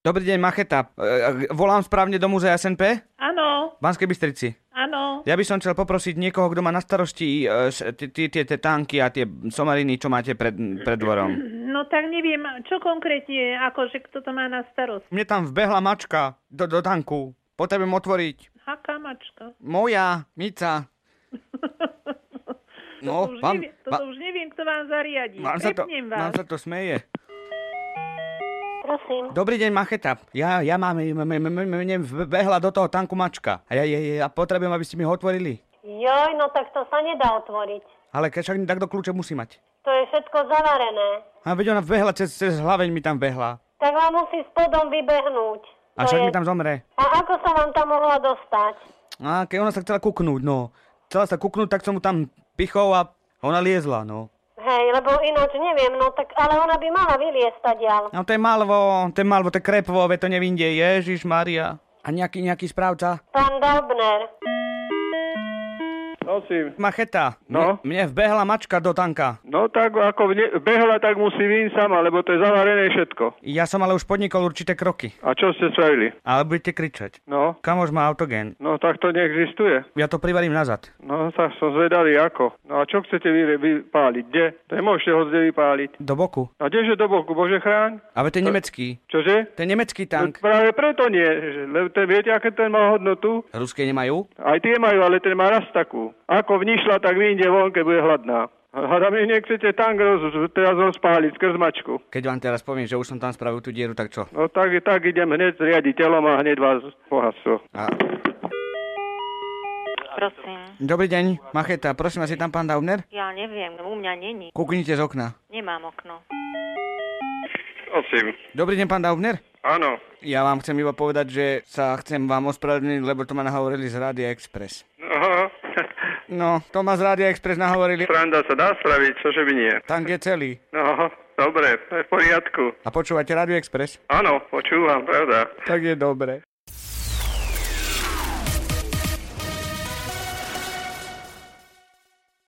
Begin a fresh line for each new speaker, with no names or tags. Dobrý deň, Macheta. E, e, Volám správne do múzea SNP?
Áno,
V Banskej Bystrici.
áno.
Ja by som chcel poprosiť niekoho, kto má na starosti e, s- tie- tie tie- tie tanky a tie somariny, čo máte pred, pred dvorom.
No tak neviem, čo konkrétne, akože kto to má na starost.
Mne tam vbehla mačka do, do tanku. Potrebujem otvoriť.
Haká mačka.
Moja, Mica. No,
to už
vám,
neviem, toto
vám,
už neviem, kto vám zariadí.
vám, sa to,
Prepnem
vám
vás.
sa to smeje.
Prosím.
Dobrý deň, Macheta. Ja, ja mám, m- m- m- mne vbehla do toho tanku mačka. A ja, ja, ja potrebujem, aby ste mi ho otvorili.
Joj, no tak to sa nedá otvoriť.
Ale ke- však takto kľúče musí mať.
To je všetko zavarené.
A veď ona vbehla cez, cez hlaveň mi tam vehla.
Tak vám musí spodom vybehnúť.
A
To
však
je-
mi tam zomre.
a ako sa vám tam mohla dostať?
A keď ona sa chcela kúknúť, no. Chcela sa kúknúť, tak som mu tam pichol a ona liezla, no.
Hej, lebo ináč neviem, no tak, ale ona by mala vyliesť dial.
No to je malvo, to je malvo, to je krepvo, ve to nevinde, Ježiš Maria. A nejaký, nejaký správca?
Pán Dobner.
Prosím.
Macheta,
No?
mne, mne vbehla mačka do tanka.
No tak ako ne- behla, tak musí ísť sama, lebo to je zavarené všetko.
Ja som ale už podnikol určité kroky.
A čo ste spravili?
Ale budete kričať.
No,
Kamož má autogen.
no tak to neexistuje.
Ja to privarím nazad.
No tak som zvedavý ako. No a čo chcete vy, vypáliť? Kde? Nemôžete ho kde vypáliť.
Do boku.
A kdeže do boku, Bože chráň?
Ale to je nemecký.
Čože?
To je nemecký
No,
tank.
práve preto nie, že- lebo ten, viete, aké ten má hodnotu?
Ruské nemajú?
Aj tie majú, ale ten má raz takú. Ako vnišla, tak vyjde von, keď bude hladná. Hada mi nechcete tank roz, teraz rozpáliť skrz mačku.
Keď vám teraz poviem, že už som tam spravil tú dieru, tak čo?
No tak, tak idem hneď s riaditeľom a hneď vás pohaslo.
A
Prosím,
Dobrý deň, Macheta, prosím vás, je tam pán Daubner?
ja neviem, u mňa není,
Kúknite z okna.
nemám okno.
Prosím.
Dobrý deň, pán Daubner?
Áno.
Ja vám chcem iba povedať, že sa chcem vám ospravedlniť, lebo to ma nahovorili z Rádia Express.
No,
No, to ma z Rádia Express nahovorili.
sranda sa dá spraviť, čože by nie.
Tank je celý.
No, dobre, to je v poriadku.
A počúvate Rádio Express?
Áno, počúvam, pravda.
Tak je dobre.